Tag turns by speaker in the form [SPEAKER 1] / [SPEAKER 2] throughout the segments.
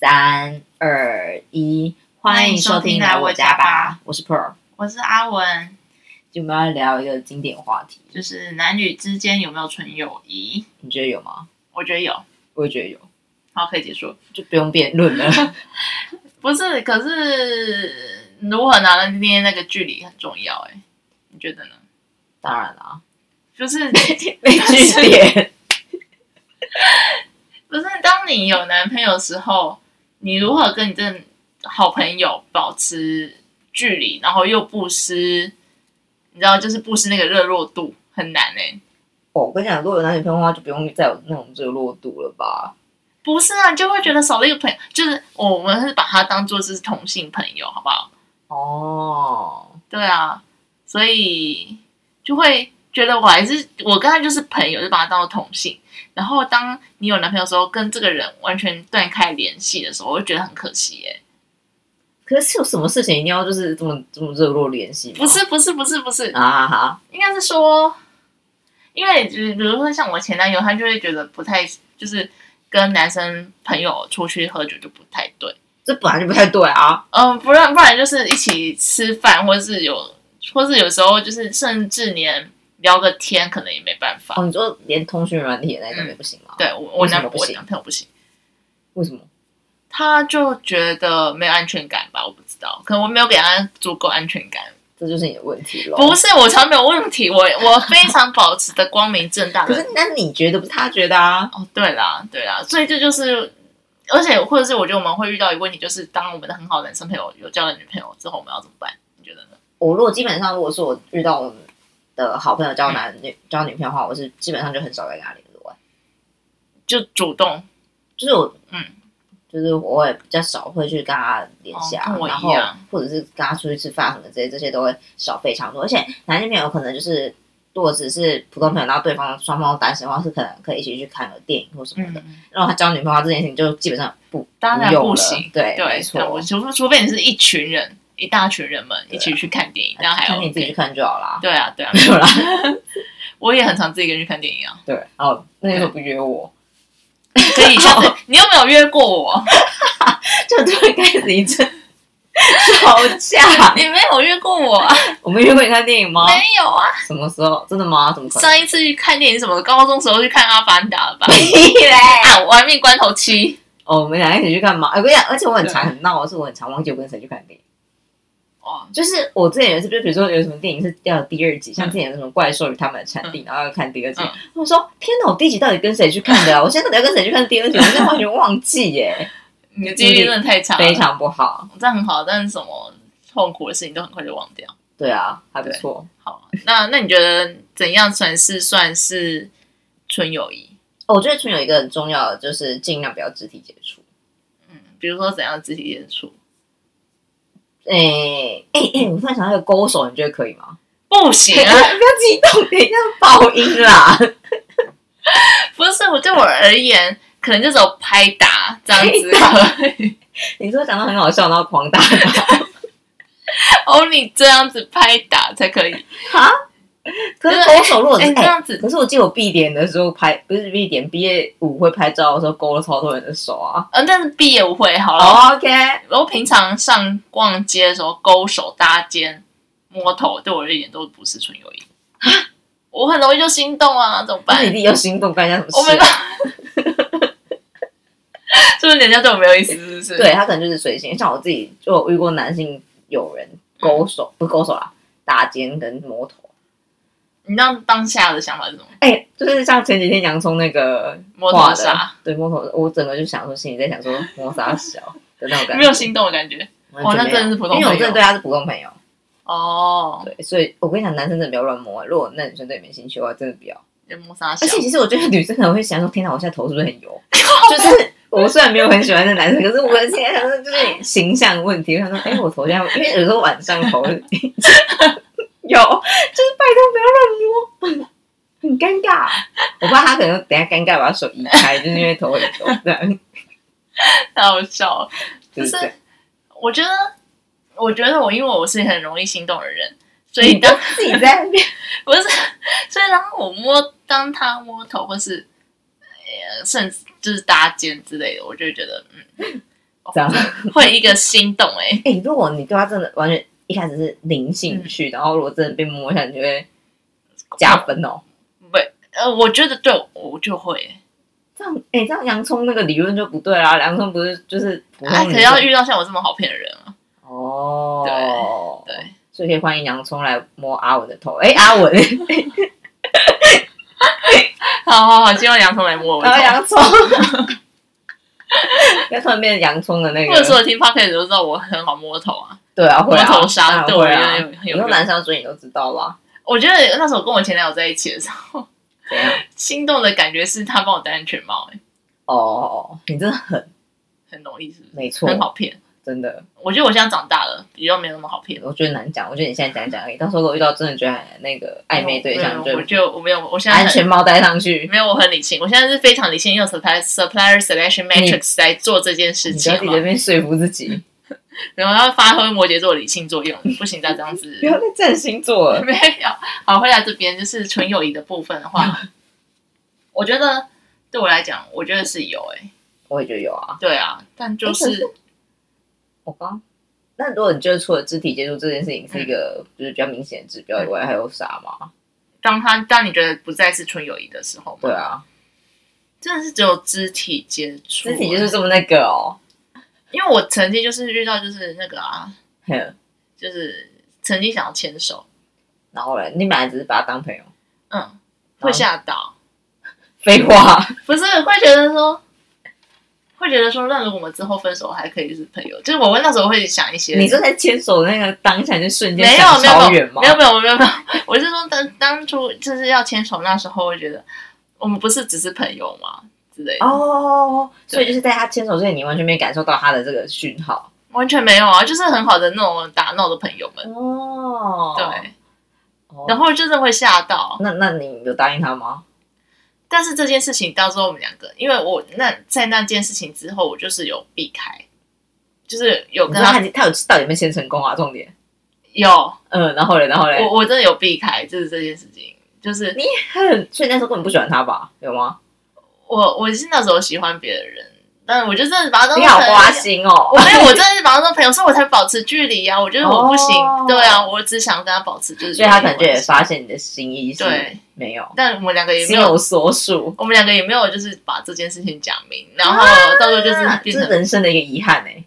[SPEAKER 1] 三二一，欢迎收听来我家吧，我是 Pearl。
[SPEAKER 2] 我是阿文，
[SPEAKER 1] 今天我们要聊一个经典话题，
[SPEAKER 2] 就是男女之间有没有纯友谊？
[SPEAKER 1] 你觉得有吗？
[SPEAKER 2] 我觉得有，
[SPEAKER 1] 我也觉得有，
[SPEAKER 2] 好，可以结束。
[SPEAKER 1] 就不用辩论 了。
[SPEAKER 2] 不是，可是如何拿得捏那个距离很重要、欸，哎，你觉得呢？
[SPEAKER 1] 当然啦，
[SPEAKER 2] 就是
[SPEAKER 1] 没据点。
[SPEAKER 2] 不是，当你有男朋友的时候，你如何跟你这个好朋友保持距离，然后又不失，你知道，就是不失那个热络度，很难哎、
[SPEAKER 1] 哦，我跟你讲，如果有男女朋友的话，就不用再有那种热络度了吧？
[SPEAKER 2] 不是啊，你就会觉得少了一个朋友，就是我们是把他当做是同性朋友，好不好？
[SPEAKER 1] 哦，
[SPEAKER 2] 对啊，所以就会觉得我还是我跟他就是朋友，就把他当做同性。然后当你有男朋友的时候，跟这个人完全断开联系的时候，我就觉得很可惜耶。
[SPEAKER 1] 可是有什么事情一定要就是这么这么热络联系吗？
[SPEAKER 2] 不是不是不是不是，
[SPEAKER 1] 啊哈，
[SPEAKER 2] 应该是说，因为就是比如说像我前男友，他就会觉得不太就是跟男生朋友出去喝酒就不太对。
[SPEAKER 1] 这本来就不太对啊。
[SPEAKER 2] 嗯，不然不然就是一起吃饭，或是有，或是有时候就是甚至连聊个天可能也没办法。
[SPEAKER 1] 哦，你说连通讯软体的那种也不行吗？，
[SPEAKER 2] 对我我
[SPEAKER 1] 为什
[SPEAKER 2] 男
[SPEAKER 1] 么不
[SPEAKER 2] 我
[SPEAKER 1] 行
[SPEAKER 2] 男朋友不行，
[SPEAKER 1] 为什么？
[SPEAKER 2] 他就觉得没有安全感吧，我不知道，可能我没有给他足够安全感。
[SPEAKER 1] 这就是你的问题喽。
[SPEAKER 2] 不是我才没有问题，我我非常保持的光明正大
[SPEAKER 1] 可
[SPEAKER 2] 的
[SPEAKER 1] 是那你觉得不是他觉得啊？
[SPEAKER 2] 哦，对啦，对啦，所以这就是，而且或者是我觉得我们会遇到一个问题，就是当我们的很好的男生朋友有交了女朋友之后，我们要怎么办？你觉得呢？
[SPEAKER 1] 我如果基本上如果是我遇到我的好朋友交男女、交女朋友的话，我是基本上就很少在跟他联络，欸
[SPEAKER 2] 就主动
[SPEAKER 1] 就是我
[SPEAKER 2] 嗯，
[SPEAKER 1] 就是我也比较少会去跟他联系啊，
[SPEAKER 2] 哦跟我一
[SPEAKER 1] 然后
[SPEAKER 2] 样
[SPEAKER 1] 或者是跟他出去吃饭什么之类，这些都会少非常多。而且男女朋友可能就是如果只是普通朋友，然后对方双方都单身的话，是可能可以一起去看个电影或什么的。
[SPEAKER 2] 嗯，
[SPEAKER 1] 然后他交女朋友这件事情就基本上不
[SPEAKER 2] 当然
[SPEAKER 1] 不用
[SPEAKER 2] 不
[SPEAKER 1] 了
[SPEAKER 2] 行，
[SPEAKER 1] 对没
[SPEAKER 2] 对，
[SPEAKER 1] 错
[SPEAKER 2] 当然不行除除非你是一群人，一大群人们
[SPEAKER 1] 对啊
[SPEAKER 2] 一起去看电影，那还
[SPEAKER 1] 看你自己去
[SPEAKER 2] OK。
[SPEAKER 1] 看就好啦。
[SPEAKER 2] 对啊， 对啊，
[SPEAKER 1] 没有啦，
[SPEAKER 2] 我也很常自己一个人去看电影啊。
[SPEAKER 1] 对，然后那时候不约我，
[SPEAKER 2] 所以下次你有没有约过 我？
[SPEAKER 1] 就突然开始一阵 吵架。
[SPEAKER 2] 你没有约过我啊？
[SPEAKER 1] 我们约过你看电影吗？
[SPEAKER 2] 没有啊。
[SPEAKER 1] 什么时候？真的吗？怎么可能？
[SPEAKER 2] 上一次去看电影是什么？高中时候去看《阿凡达》了 吧？
[SPEAKER 1] 嘞！
[SPEAKER 2] 啊，《玩命关头七》。
[SPEAKER 1] 哦，我们俩一起去干嘛？哎，不是，而且我很常很闹，是我很常忘记我跟谁去看电影。
[SPEAKER 2] 哇，
[SPEAKER 1] 就是我之前有一次，就比如说有什么电影是掉第二集，像之前有什么《怪兽与他们的产地》，然后要看第二集
[SPEAKER 2] 嗯。
[SPEAKER 1] 我说：天哪，我第一集到底跟谁去看的啊？我现在到底要跟谁去看第二集？我现在完全忘记 耶，
[SPEAKER 2] 你的记忆力真的太差了，
[SPEAKER 1] 非常不好。
[SPEAKER 2] 这样很好，但是什么痛苦的事情都很快就忘掉。
[SPEAKER 1] 对啊，还不错。
[SPEAKER 2] 好，那那你觉得怎样算是算是纯友谊？
[SPEAKER 1] 哦我觉得纯友有一个很重要的，就是尽量不要肢体接触。
[SPEAKER 2] 嗯，比如说怎样的肢体接触？
[SPEAKER 1] 哎哎哎，我突然想到一个勾手，你觉得可以吗？
[SPEAKER 2] 不行
[SPEAKER 1] 不要
[SPEAKER 2] 啊！
[SPEAKER 1] 激动，等一下爆音啦！
[SPEAKER 2] 不是我对我而言，可能就只有拍打这样子
[SPEAKER 1] 拍打
[SPEAKER 2] 可以。
[SPEAKER 1] 你说讲的很好笑，然后狂打 他。
[SPEAKER 2] 哦，你这样子拍打才可以。
[SPEAKER 1] 可是勾手如果
[SPEAKER 2] 哎、
[SPEAKER 1] 是
[SPEAKER 2] 这
[SPEAKER 1] 哎、
[SPEAKER 2] 样子，
[SPEAKER 1] 可是我记得我毕业典礼的时候拍，不是毕业典礼毕业舞会拍照的时候勾了超多人的手啊。
[SPEAKER 2] 嗯，但是毕业舞会好了。
[SPEAKER 1] 哦 OK，
[SPEAKER 2] 然后平常上逛街的时候勾手搭肩、摸头，对我而言都不是纯友谊。 我很容易就心动啊，怎么
[SPEAKER 1] 那
[SPEAKER 2] 办
[SPEAKER 1] 你？自己又心动干一下什么
[SPEAKER 2] 我没
[SPEAKER 1] 事、
[SPEAKER 2] 办
[SPEAKER 1] 啊？
[SPEAKER 2] 法， 是不是人家对我没有意思？是不是？
[SPEAKER 1] 对，他可能就是随性，像我自己就有遇过男性友人勾
[SPEAKER 2] 嗯
[SPEAKER 1] 手，不是勾手啦，打肩跟摸头。
[SPEAKER 2] 你那当下的想法是什么？
[SPEAKER 1] 哎、就是像前几天洋葱那个
[SPEAKER 2] 摸
[SPEAKER 1] 画
[SPEAKER 2] 头
[SPEAKER 1] 的
[SPEAKER 2] 杀，
[SPEAKER 1] 对摸头，我整个就想说，心里在想说摸啥小的那种感觉，
[SPEAKER 2] 没有心动的感觉。
[SPEAKER 1] 完全没有
[SPEAKER 2] 哦那真的是普通朋
[SPEAKER 1] 因
[SPEAKER 2] 友
[SPEAKER 1] 为我真的对他是普通朋友。
[SPEAKER 2] 哦，
[SPEAKER 1] 对，所以我跟你讲，男生真的不要乱摸、啊如果那女生对你没兴趣的话，真的不要。
[SPEAKER 2] 人摸沙小
[SPEAKER 1] 而，且其实我觉得女生可能会想说，天哪，我现在头是不是很油？ 就是我虽然没有很喜欢那男生，可是我现在想说就是形象问题。我想说，哎、我头这样，因为有时候晚上头有，就是拜托不要乱摸，很尴尬。我怕他可能等一下尴尬把手移开，就是因为头很油，这样
[SPEAKER 2] 太好笑了。
[SPEAKER 1] 就
[SPEAKER 2] 就是是
[SPEAKER 1] 这样。
[SPEAKER 2] 我觉得，我觉得我因为我是很容易心动的人，所以
[SPEAKER 1] 你
[SPEAKER 2] 当
[SPEAKER 1] 都自己在那边，
[SPEAKER 2] 不是，所以当我摸，当他摸 头或是，呃，甚至就是搭肩之类的，我就会觉得，嗯，
[SPEAKER 1] 这样。
[SPEAKER 2] 会一个心动哎、
[SPEAKER 1] 哎、如果你对他真的完全一开始是零兴趣，然后如果真的被摸一下，你就会加分哦。
[SPEAKER 2] 呃，我觉得对我就会、欸，
[SPEAKER 1] 这样，哎、这样洋葱那个理论就不对啦。洋葱不是就是普通
[SPEAKER 2] 啊，
[SPEAKER 1] 女
[SPEAKER 2] 可
[SPEAKER 1] 生
[SPEAKER 2] 能要遇到像我这么好骗的人啊，
[SPEAKER 1] 哦，
[SPEAKER 2] 对，
[SPEAKER 1] 所以可以欢迎洋葱来摸阿文的头。哎、阿文，
[SPEAKER 2] 好好好，希望洋葱来摸我的
[SPEAKER 1] 然后
[SPEAKER 2] 头。
[SPEAKER 1] 洋葱， 要突然变成洋葱的那
[SPEAKER 2] 或者说
[SPEAKER 1] 个，
[SPEAKER 2] 我听 podcast 都知道我很好摸头啊，
[SPEAKER 1] 对啊，
[SPEAKER 2] 摸
[SPEAKER 1] 会啊，
[SPEAKER 2] 头杀
[SPEAKER 1] 当然
[SPEAKER 2] 对我
[SPEAKER 1] 会
[SPEAKER 2] 有
[SPEAKER 1] 啊。
[SPEAKER 2] 很
[SPEAKER 1] 很
[SPEAKER 2] 有
[SPEAKER 1] 多
[SPEAKER 2] 用。
[SPEAKER 1] 男生要追你都知道啦，
[SPEAKER 2] 我觉得那时候跟我前男友在一起的时候，
[SPEAKER 1] 怎样？
[SPEAKER 2] 心动的感觉是他帮我戴安全帽、欸，
[SPEAKER 1] 哦，你真的很
[SPEAKER 2] 很容易是不
[SPEAKER 1] 没
[SPEAKER 2] 是？
[SPEAKER 1] 错，
[SPEAKER 2] 很好骗。
[SPEAKER 1] 真的。
[SPEAKER 2] 我觉得我现在长大了，比较没有那么好骗。
[SPEAKER 1] 我觉得难讲，我觉得你现在讲一讲而已。到时候如果遇到真的觉得那个暧昧对象，
[SPEAKER 2] 没有
[SPEAKER 1] 就
[SPEAKER 2] 我就我没有，我现在
[SPEAKER 1] 安全嗯
[SPEAKER 2] 很
[SPEAKER 1] 帽戴上去，
[SPEAKER 2] 没有，我很理性。我现在是非常理性，用 supplier supplier selection matrix 来做这件事
[SPEAKER 1] 你不要自
[SPEAKER 2] 情
[SPEAKER 1] 己
[SPEAKER 2] 嘛
[SPEAKER 1] 在那，边说服自己，
[SPEAKER 2] 然后要发挥摩羯座理性作用，不行，再这样子
[SPEAKER 1] 不要再占星座了。
[SPEAKER 2] 没有。好，回来这边就是纯友谊的部分的 话，我觉得对我来讲，我觉得是有哎、
[SPEAKER 1] 我也觉得有啊，
[SPEAKER 2] 对啊，但就
[SPEAKER 1] 诶可
[SPEAKER 2] 是
[SPEAKER 1] 是我刚。那如果你觉得除了肢体接触这件事情是一
[SPEAKER 2] 嗯
[SPEAKER 1] 个就是比较明显的指标以外，还有啥吗？
[SPEAKER 2] 当他当你觉得不再是纯友谊的时候，
[SPEAKER 1] 对，啊，
[SPEAKER 2] 真的是只有肢体接触、欸
[SPEAKER 1] 肢体接触，这么那个哦，
[SPEAKER 2] 因为我曾经就是遇到就是那个啊，
[SPEAKER 1] 嘿
[SPEAKER 2] 就是曾经想要牵手，
[SPEAKER 1] 然后嘞，你本来只是把他当朋友，
[SPEAKER 2] 嗯，会吓到，
[SPEAKER 1] 废 话，
[SPEAKER 2] 不是会觉得说。会觉得说，那如果我们之后分手还可以是朋友，就是我会那时候会想一些，
[SPEAKER 1] 你说在牵手的那个当下你就瞬间
[SPEAKER 2] 没有
[SPEAKER 1] 想
[SPEAKER 2] 没有
[SPEAKER 1] 超
[SPEAKER 2] 没有
[SPEAKER 1] 远吗？
[SPEAKER 2] 没有没有没有没有，我是说当当初就是要牵手那时候，我觉得我们不是只是朋友嘛之类的，
[SPEAKER 1] 哦，所以就是在他牵手之前，你完全没感受到他的这个讯号
[SPEAKER 2] 完全没有啊，就是很好的那种打闹的朋友们，
[SPEAKER 1] 哦
[SPEAKER 2] 对，
[SPEAKER 1] 哦
[SPEAKER 2] 然后就是会吓到。
[SPEAKER 1] 那那你有答应他吗？
[SPEAKER 2] 但是这件事情到时候我们两个，因为我那在那件事情之后，我就是有避开，就是有
[SPEAKER 1] 你
[SPEAKER 2] 跟
[SPEAKER 1] 知道他
[SPEAKER 2] 他
[SPEAKER 1] 他有到底有没有先成功啊？重点，
[SPEAKER 2] 有，
[SPEAKER 1] 嗯，然后嘞，然后嘞
[SPEAKER 2] 我，我真的有避开，就是这件事情，就是
[SPEAKER 1] 你很，所以那时候根本不喜欢他吧？有吗？
[SPEAKER 2] 我我是那时候喜欢别的人，但我就真的把他当
[SPEAKER 1] 你好
[SPEAKER 2] 成朋友
[SPEAKER 1] 花心哦
[SPEAKER 2] 我，没有，我真的是把他当朋友，所以我才保持距离啊。我觉得我不行，
[SPEAKER 1] 哦
[SPEAKER 2] 对啊，我只想跟他保持就是距
[SPEAKER 1] 所
[SPEAKER 2] 离
[SPEAKER 1] 以他
[SPEAKER 2] 关系。
[SPEAKER 1] 感觉也发现你的心意是
[SPEAKER 2] 对，
[SPEAKER 1] 没有，
[SPEAKER 2] 但我们两个也没
[SPEAKER 1] 心
[SPEAKER 2] 有，
[SPEAKER 1] 有所属，
[SPEAKER 2] 我们两个也没有就是把这件事情讲明，然后到时候就是
[SPEAKER 1] 啊这
[SPEAKER 2] 变
[SPEAKER 1] 是
[SPEAKER 2] 成，
[SPEAKER 1] 人生的一个遗憾哎，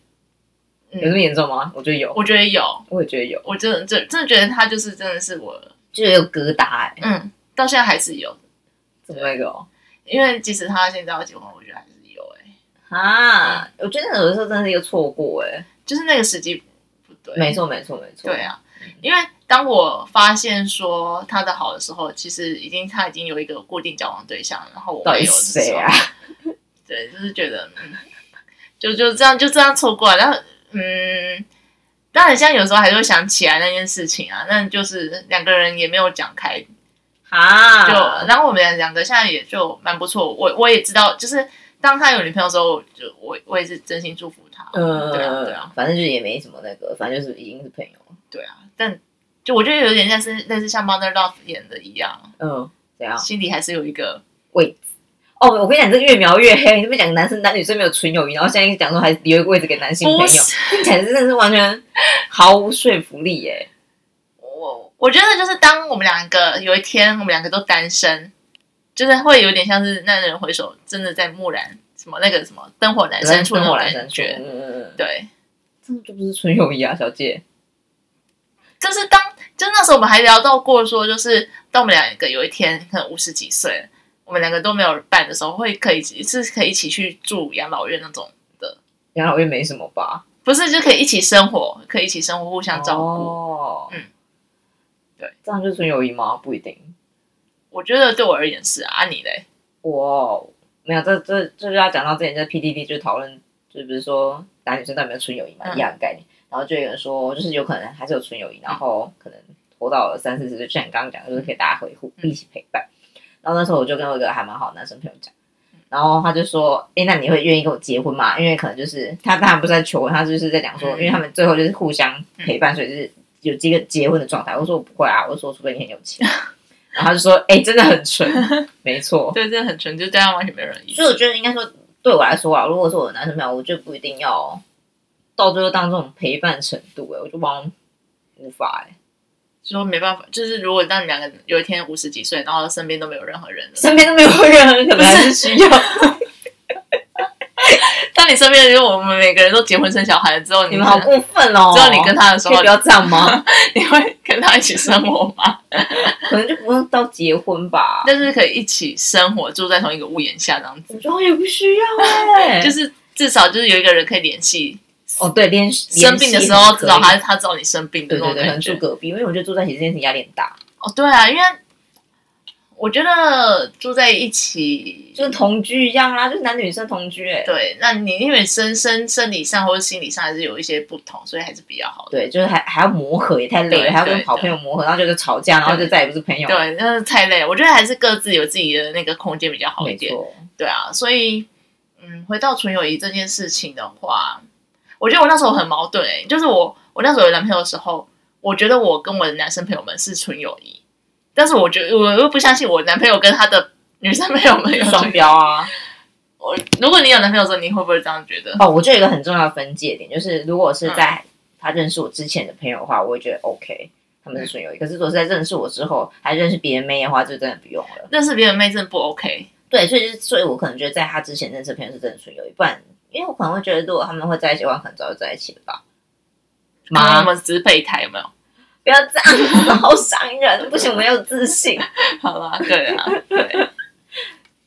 [SPEAKER 1] 有这么
[SPEAKER 2] 嗯，
[SPEAKER 1] 严重吗？我觉得有，
[SPEAKER 2] 我觉得有，
[SPEAKER 1] 我也觉得有，
[SPEAKER 2] 我真的真真的觉得他就是真的是我，
[SPEAKER 1] 就是有疙瘩哎，
[SPEAKER 2] 嗯，到现在还是有，
[SPEAKER 1] 怎么那个哦？
[SPEAKER 2] 因为即使他现在要结婚，我觉得还是有、欸，哎，
[SPEAKER 1] 啊，我觉得有的时候真的是一个错过哎，
[SPEAKER 2] 就是那个时机不对，
[SPEAKER 1] 没错没错没错，
[SPEAKER 2] 对，啊，
[SPEAKER 1] 嗯
[SPEAKER 2] 因为当我发现说他的好的时候，其实已经他已经有一个固定交往对象，然后我
[SPEAKER 1] 到
[SPEAKER 2] 没
[SPEAKER 1] 底
[SPEAKER 2] 有的时候
[SPEAKER 1] 谁啊？？
[SPEAKER 2] 对，就是觉得，嗯，就就这样就这样错过了。然后，嗯，当然，像有时候还是会想起来那件事情啊，那就是两个人也没有讲开，就、
[SPEAKER 1] 啊，
[SPEAKER 2] 然后我们两个现在也就蛮不错。我我也知道，就是当他有女朋友的时候，我就我我也是真心祝福他。对啊，对啊。
[SPEAKER 1] 呃，反正就是也没什么那个，反正就是已经是朋友了。
[SPEAKER 2] 对啊，但就我觉得有点像是类似像《Mother Love》演的一样，
[SPEAKER 1] 嗯，怎样？
[SPEAKER 2] 心里还是有一个
[SPEAKER 1] 哦，我跟你讲，这越描越黑。你这边讲男生男女生没有纯友谊，然后现在讲说还留一个位置给男性朋
[SPEAKER 2] 不
[SPEAKER 1] 友，
[SPEAKER 2] 是
[SPEAKER 1] 听起来真的是完全毫无说服力耶。
[SPEAKER 2] 我我觉得就是当我们两个有一天我们两个都单身，就是会有点像是那人回首，真的在木然什么那个什么灯火阑珊处那种
[SPEAKER 1] 后来
[SPEAKER 2] 感
[SPEAKER 1] 处，
[SPEAKER 2] 觉。
[SPEAKER 1] 嗯嗯嗯，
[SPEAKER 2] 对，
[SPEAKER 1] 这就不是纯友谊啊，小姐。
[SPEAKER 2] 就是当就是那时候我们还聊到过说，就是当我们两个有一天可能五十几岁了，我们两个都没有伴的时候，会可以是可以一起去住养老院那种，
[SPEAKER 1] 养老院没什么吧？
[SPEAKER 2] 不是就可以一起生活，可以一起生活，互相照顾。
[SPEAKER 1] 哦
[SPEAKER 2] 嗯，对，
[SPEAKER 1] 这样就是纯友谊吗？不一定。
[SPEAKER 2] 我觉得对我而言是啊，啊你嘞？
[SPEAKER 1] 我没有，这这这就要讲到之前在 PDD 就是讨论，就是比如说男女生到底有没有纯友谊嘛，
[SPEAKER 2] 嗯
[SPEAKER 1] 一样的概念。然后就有人说，就是有可能还是有纯友谊，然后可能活到了三四十岁，就像你刚刚讲的，就是可以大家回互
[SPEAKER 2] 嗯
[SPEAKER 1] 一起陪伴。然后那时候我就跟我一个还蛮好的男生朋友讲，然后他就说：“哎、那你会愿意跟我结婚吗？”因为可能就是他当然不是在求婚，他就是在讲说，因
[SPEAKER 2] 嗯
[SPEAKER 1] 为他们最后就是互相陪伴，所以就是有这个结婚的状态。我说我不会啊，我说除非你很有钱。然后他就说：“哎、真的很纯，没错。”
[SPEAKER 2] 对，真的很纯，就对他完全没有人意
[SPEAKER 1] 所以
[SPEAKER 2] 思。
[SPEAKER 1] 我觉得应该说，对我来说啊，如果是我的男生朋友，我就不一定要到最后当这种陪伴程度、欸，哎，我就帮无法哎、
[SPEAKER 2] 就说没办法，就是如果当你两个有一天五十几岁，然后身边都没有任何人了，
[SPEAKER 1] 身边都没有任何人，可能还是需要。
[SPEAKER 2] 当你身边的人，我们每个人都结婚生小孩了之后，
[SPEAKER 1] 你们好
[SPEAKER 2] 可
[SPEAKER 1] 过分哦！
[SPEAKER 2] 能只有你跟他的时
[SPEAKER 1] 可以
[SPEAKER 2] 候
[SPEAKER 1] 不，要这样 吗？
[SPEAKER 2] 你会跟他一起生活 吗？
[SPEAKER 1] 可能就不用到结婚吧。
[SPEAKER 2] 但是可以一起生活，住在同一个屋檐下这样子，
[SPEAKER 1] 我觉得好像也不需要哎、
[SPEAKER 2] 就是至少就是有一个人可以联系，
[SPEAKER 1] 哦，对，连
[SPEAKER 2] 生病的
[SPEAKER 1] 连
[SPEAKER 2] 时
[SPEAKER 1] 系
[SPEAKER 2] 候
[SPEAKER 1] 很
[SPEAKER 2] 至少
[SPEAKER 1] 可以
[SPEAKER 2] 他他知道你生病的
[SPEAKER 1] 对对
[SPEAKER 2] 那种
[SPEAKER 1] 对，可能
[SPEAKER 2] 感
[SPEAKER 1] 住
[SPEAKER 2] 觉。
[SPEAKER 1] 隔壁，因为我觉得住在一起这件事情压力很大，
[SPEAKER 2] 哦，对啊，因为我觉得住在一起，
[SPEAKER 1] 就是同居一样啦，啊就是男女生同居哎、
[SPEAKER 2] 对，那你因为身身生理上或者心理上还是有一些不同，所以还是比较好的。
[SPEAKER 1] 对，就是还还要磨合，也太累
[SPEAKER 2] 对
[SPEAKER 1] 了，还要跟
[SPEAKER 2] 对
[SPEAKER 1] 好朋友磨合，然后就是吵架，然后就再也不是朋友。
[SPEAKER 2] 对，那是太累了。我觉得还是各自有自己的那个空间比较好一
[SPEAKER 1] 没
[SPEAKER 2] 点。
[SPEAKER 1] 错，
[SPEAKER 2] 对啊，所以嗯，回到纯友谊这件事情的话，我觉得我那时候很矛盾、欸，就是我我那时候有男朋友的时候，我觉得我跟我的男生朋友们是纯友谊，但是我觉得我又不相信我男朋友跟他的女生朋友们有
[SPEAKER 1] 双
[SPEAKER 2] 纯。
[SPEAKER 1] 标啊！
[SPEAKER 2] 我 如果你有男朋友的时候，你会不会这样觉得？
[SPEAKER 1] 哦，我就有一个很重要的分界点，就是如果是在他认识我之前的朋友的话，我会觉得 OK，他们是纯友谊。可是如果是在认识我之后，还认识别人妹的话，就真的不用了。
[SPEAKER 2] 认识别人妹真的不 OK，
[SPEAKER 1] 对，所以就是所以我可能觉得在他之前认识的朋友是真的纯友谊，不然因为我可能会觉得，如果他们会在一起的话，可能早就在一起了吧。
[SPEAKER 2] 妈，我
[SPEAKER 1] 妈，
[SPEAKER 2] 们只是备胎，有没有？
[SPEAKER 1] 不要这样子，好伤人！不行，我没有自信。
[SPEAKER 2] 好啦，对啊，对，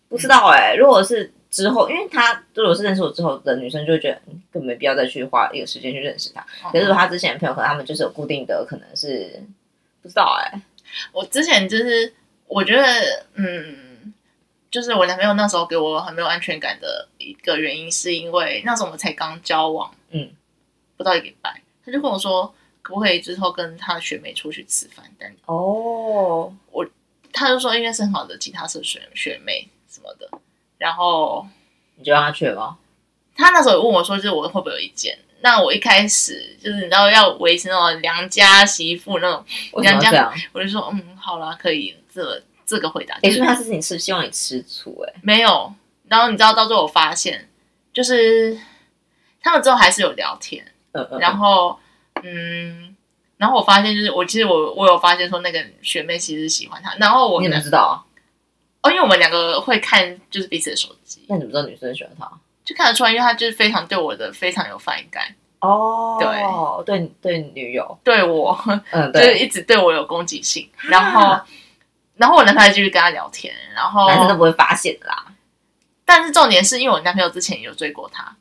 [SPEAKER 1] 不知道哎、如果是之后，因为他如果是认识我之后的女生，就会觉得、嗯、根本没必要再去花一个时间去认识他。
[SPEAKER 2] 哦
[SPEAKER 1] 可是如果他之前的朋友，可能他们就是有固定的，可能是不知道哎、
[SPEAKER 2] 欸我之前就是我觉得，嗯，就是我男朋友那时候给我很没有安全感的一个原因，是因为那时候我们才刚交往，
[SPEAKER 1] 嗯，
[SPEAKER 2] 不到一个礼拜，他就跟我说，可不可以之后跟他的学妹出去吃饭？但
[SPEAKER 1] 哦，
[SPEAKER 2] 他就说，因为是很好的吉他社学学妹什么的，然后
[SPEAKER 1] 你就让他去了吗？
[SPEAKER 2] 他那时候有问我说，就是我会不会有意见？那我一开始就是你知道要维持那种良家媳妇那种，
[SPEAKER 1] 为什么要这样？
[SPEAKER 2] 我就说嗯，好啦，可以，这这个回答。
[SPEAKER 1] 哎、
[SPEAKER 2] 就
[SPEAKER 1] 欸，
[SPEAKER 2] 是
[SPEAKER 1] 所以他是你吃，希望你吃醋哎、
[SPEAKER 2] 没有。然后你知道，到最后我发现，就是他们之后还是有聊天，
[SPEAKER 1] 嗯嗯，
[SPEAKER 2] 然
[SPEAKER 1] 后
[SPEAKER 2] 后嗯，然后我发现就是我其实我我有发现说那个学妹其实喜欢他，然后我
[SPEAKER 1] 你怎么
[SPEAKER 2] 呢
[SPEAKER 1] 知道啊？
[SPEAKER 2] 哦，因为我们两个会看就是彼此的手机，
[SPEAKER 1] 那你怎么知道女生喜欢他？
[SPEAKER 2] 就看得出来，因为他就是非常对我的非常有反感，
[SPEAKER 1] 哦，对对对，女友，
[SPEAKER 2] 对我
[SPEAKER 1] 嗯，
[SPEAKER 2] 就是
[SPEAKER 1] 对，啊
[SPEAKER 2] 一直对我有攻击性，然后。然后我男朋友继续跟他聊天，然后
[SPEAKER 1] 男生都不会发现的啦。
[SPEAKER 2] 但是重点是因为我男朋友之前有追过她，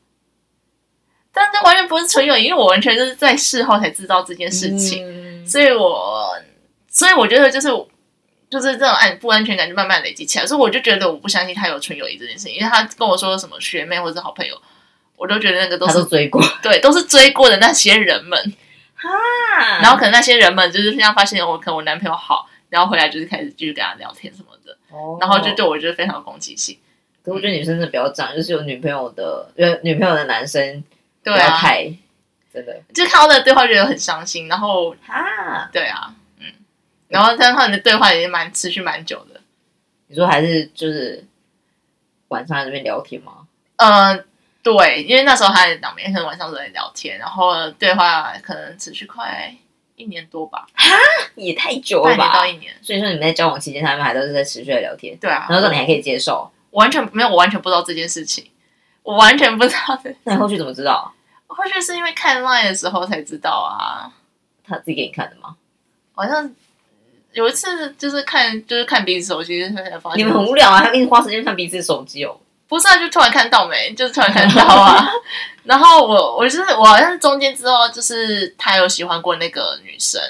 [SPEAKER 2] 但这完全不是纯友谊，因为我完全就是在事后才知道这件事情，
[SPEAKER 1] 嗯
[SPEAKER 2] 所以我所以我觉得就是就是这种安不安全感就慢慢累积起来，所以我就觉得我不相信他有纯友谊这件事情，因为他跟我说什么学妹或者是好朋友，我都觉得那个都
[SPEAKER 1] 他
[SPEAKER 2] 是
[SPEAKER 1] 都追过，
[SPEAKER 2] 对，都是追过的那些人们，嗯然
[SPEAKER 1] 然
[SPEAKER 2] 后可能那些人们就是像发现我可能我男朋友好，然后回来就是开始继续跟他聊天什么的，
[SPEAKER 1] 后
[SPEAKER 2] 然后就对我就是非常有攻击性，
[SPEAKER 1] 哦可我觉得女生真的不要这样，就是有女朋友的，有女朋友的男生不
[SPEAKER 2] 对
[SPEAKER 1] 要
[SPEAKER 2] 啊，
[SPEAKER 1] 太、真的
[SPEAKER 2] 就看到那个对话觉得很伤心，然后
[SPEAKER 1] 啊。
[SPEAKER 2] 对啊，嗯，然后但他们的对话也蛮持续蛮久的，
[SPEAKER 1] 你说还是就是晚上在那边聊天吗？
[SPEAKER 2] 呃，对，因为那时候他在两边可能晚上都在聊天，然后对话可能持续快一年多吧，
[SPEAKER 1] 也太久
[SPEAKER 2] 半
[SPEAKER 1] 了
[SPEAKER 2] 年到
[SPEAKER 1] 吧！
[SPEAKER 2] 一年，
[SPEAKER 1] 所以说你们在交往期间，他们还都是在持续的聊天，
[SPEAKER 2] 对啊，
[SPEAKER 1] 然后说你还可以接受，
[SPEAKER 2] 我完全没有，我完全不知道这件事情，我完全不知道的，
[SPEAKER 1] 那你后续怎么知道？
[SPEAKER 2] 或许是因为看 line 的时候才知道啊，
[SPEAKER 1] 他自己给你看的吗？
[SPEAKER 2] 好像。有一次就是看就是看彼此手机，才发现
[SPEAKER 1] 你们很无聊啊，他们一直花时间看彼此的手机哦。
[SPEAKER 2] 不是啊，就突然看到没，就是突然看到 啊。然后我我就是我好像是中间知道，就是他有喜欢过那个女生，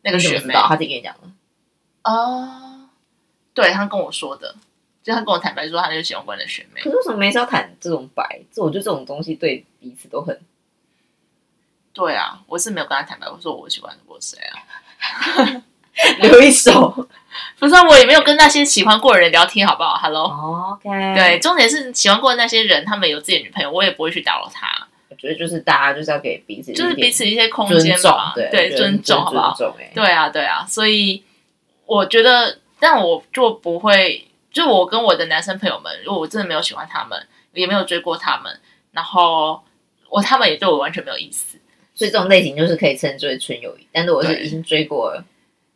[SPEAKER 2] 那个
[SPEAKER 1] 你怎么
[SPEAKER 2] 学
[SPEAKER 1] 知
[SPEAKER 2] 妹
[SPEAKER 1] 道？
[SPEAKER 2] 啊、
[SPEAKER 1] 他自己跟你讲的。
[SPEAKER 2] 对他跟我说的，就他跟我坦白说，他就喜欢过那个学妹
[SPEAKER 1] 可。是为什么没事要谈这种白？这我觉得这种东西对彼此都 很……
[SPEAKER 2] 对啊，我是没有跟他坦白，我说我喜欢过谁啊？
[SPEAKER 1] 留一 手。
[SPEAKER 2] 不是啊、我也没有跟那些喜欢过的人聊天，好不好？Hello，、
[SPEAKER 1] 哦 OK，
[SPEAKER 2] 对，，重点是喜欢过的那些人，他们有自己的女朋友，我也不会去打扰他，
[SPEAKER 1] 我觉得就是大家就是要给彼此一
[SPEAKER 2] 就是
[SPEAKER 1] 点
[SPEAKER 2] 彼此一些空
[SPEAKER 1] 尊
[SPEAKER 2] 间
[SPEAKER 1] 重
[SPEAKER 2] 吧，，
[SPEAKER 1] 对，
[SPEAKER 2] 啊尊重，好不好？
[SPEAKER 1] 尊重哎，
[SPEAKER 2] 对啊，对啊，所以我觉得，但我就不会，就我跟我的男生朋友们，如果我真的没有喜欢他们，也没有追过他们，然后我我他们也对我完全没有意思。
[SPEAKER 1] 所以这种类型就是可以称之为纯友谊。但是我是
[SPEAKER 2] 对
[SPEAKER 1] 已经追过了，